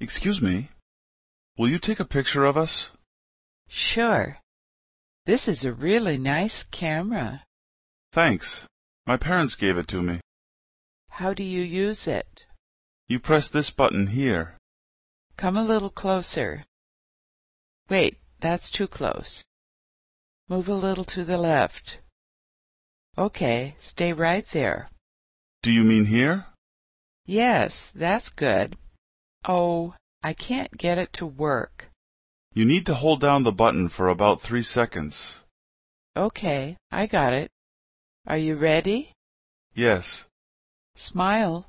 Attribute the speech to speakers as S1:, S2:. S1: Excuse me. Will you take a picture of us?
S2: Sure. This is a really nice camera.
S1: Thanks. My parents gave it to me.
S2: How do you use it?
S1: You press this button here.
S2: Come a little closer. Wait, that's too close. Move a little to the left. Okay, stay right there.
S1: Do you mean here?
S2: Yes, that's good. Oh, I can't get it to work.
S1: You need to hold down the button for about three seconds.
S2: Okay, I got it. Are you ready?
S1: Yes.
S2: Smile.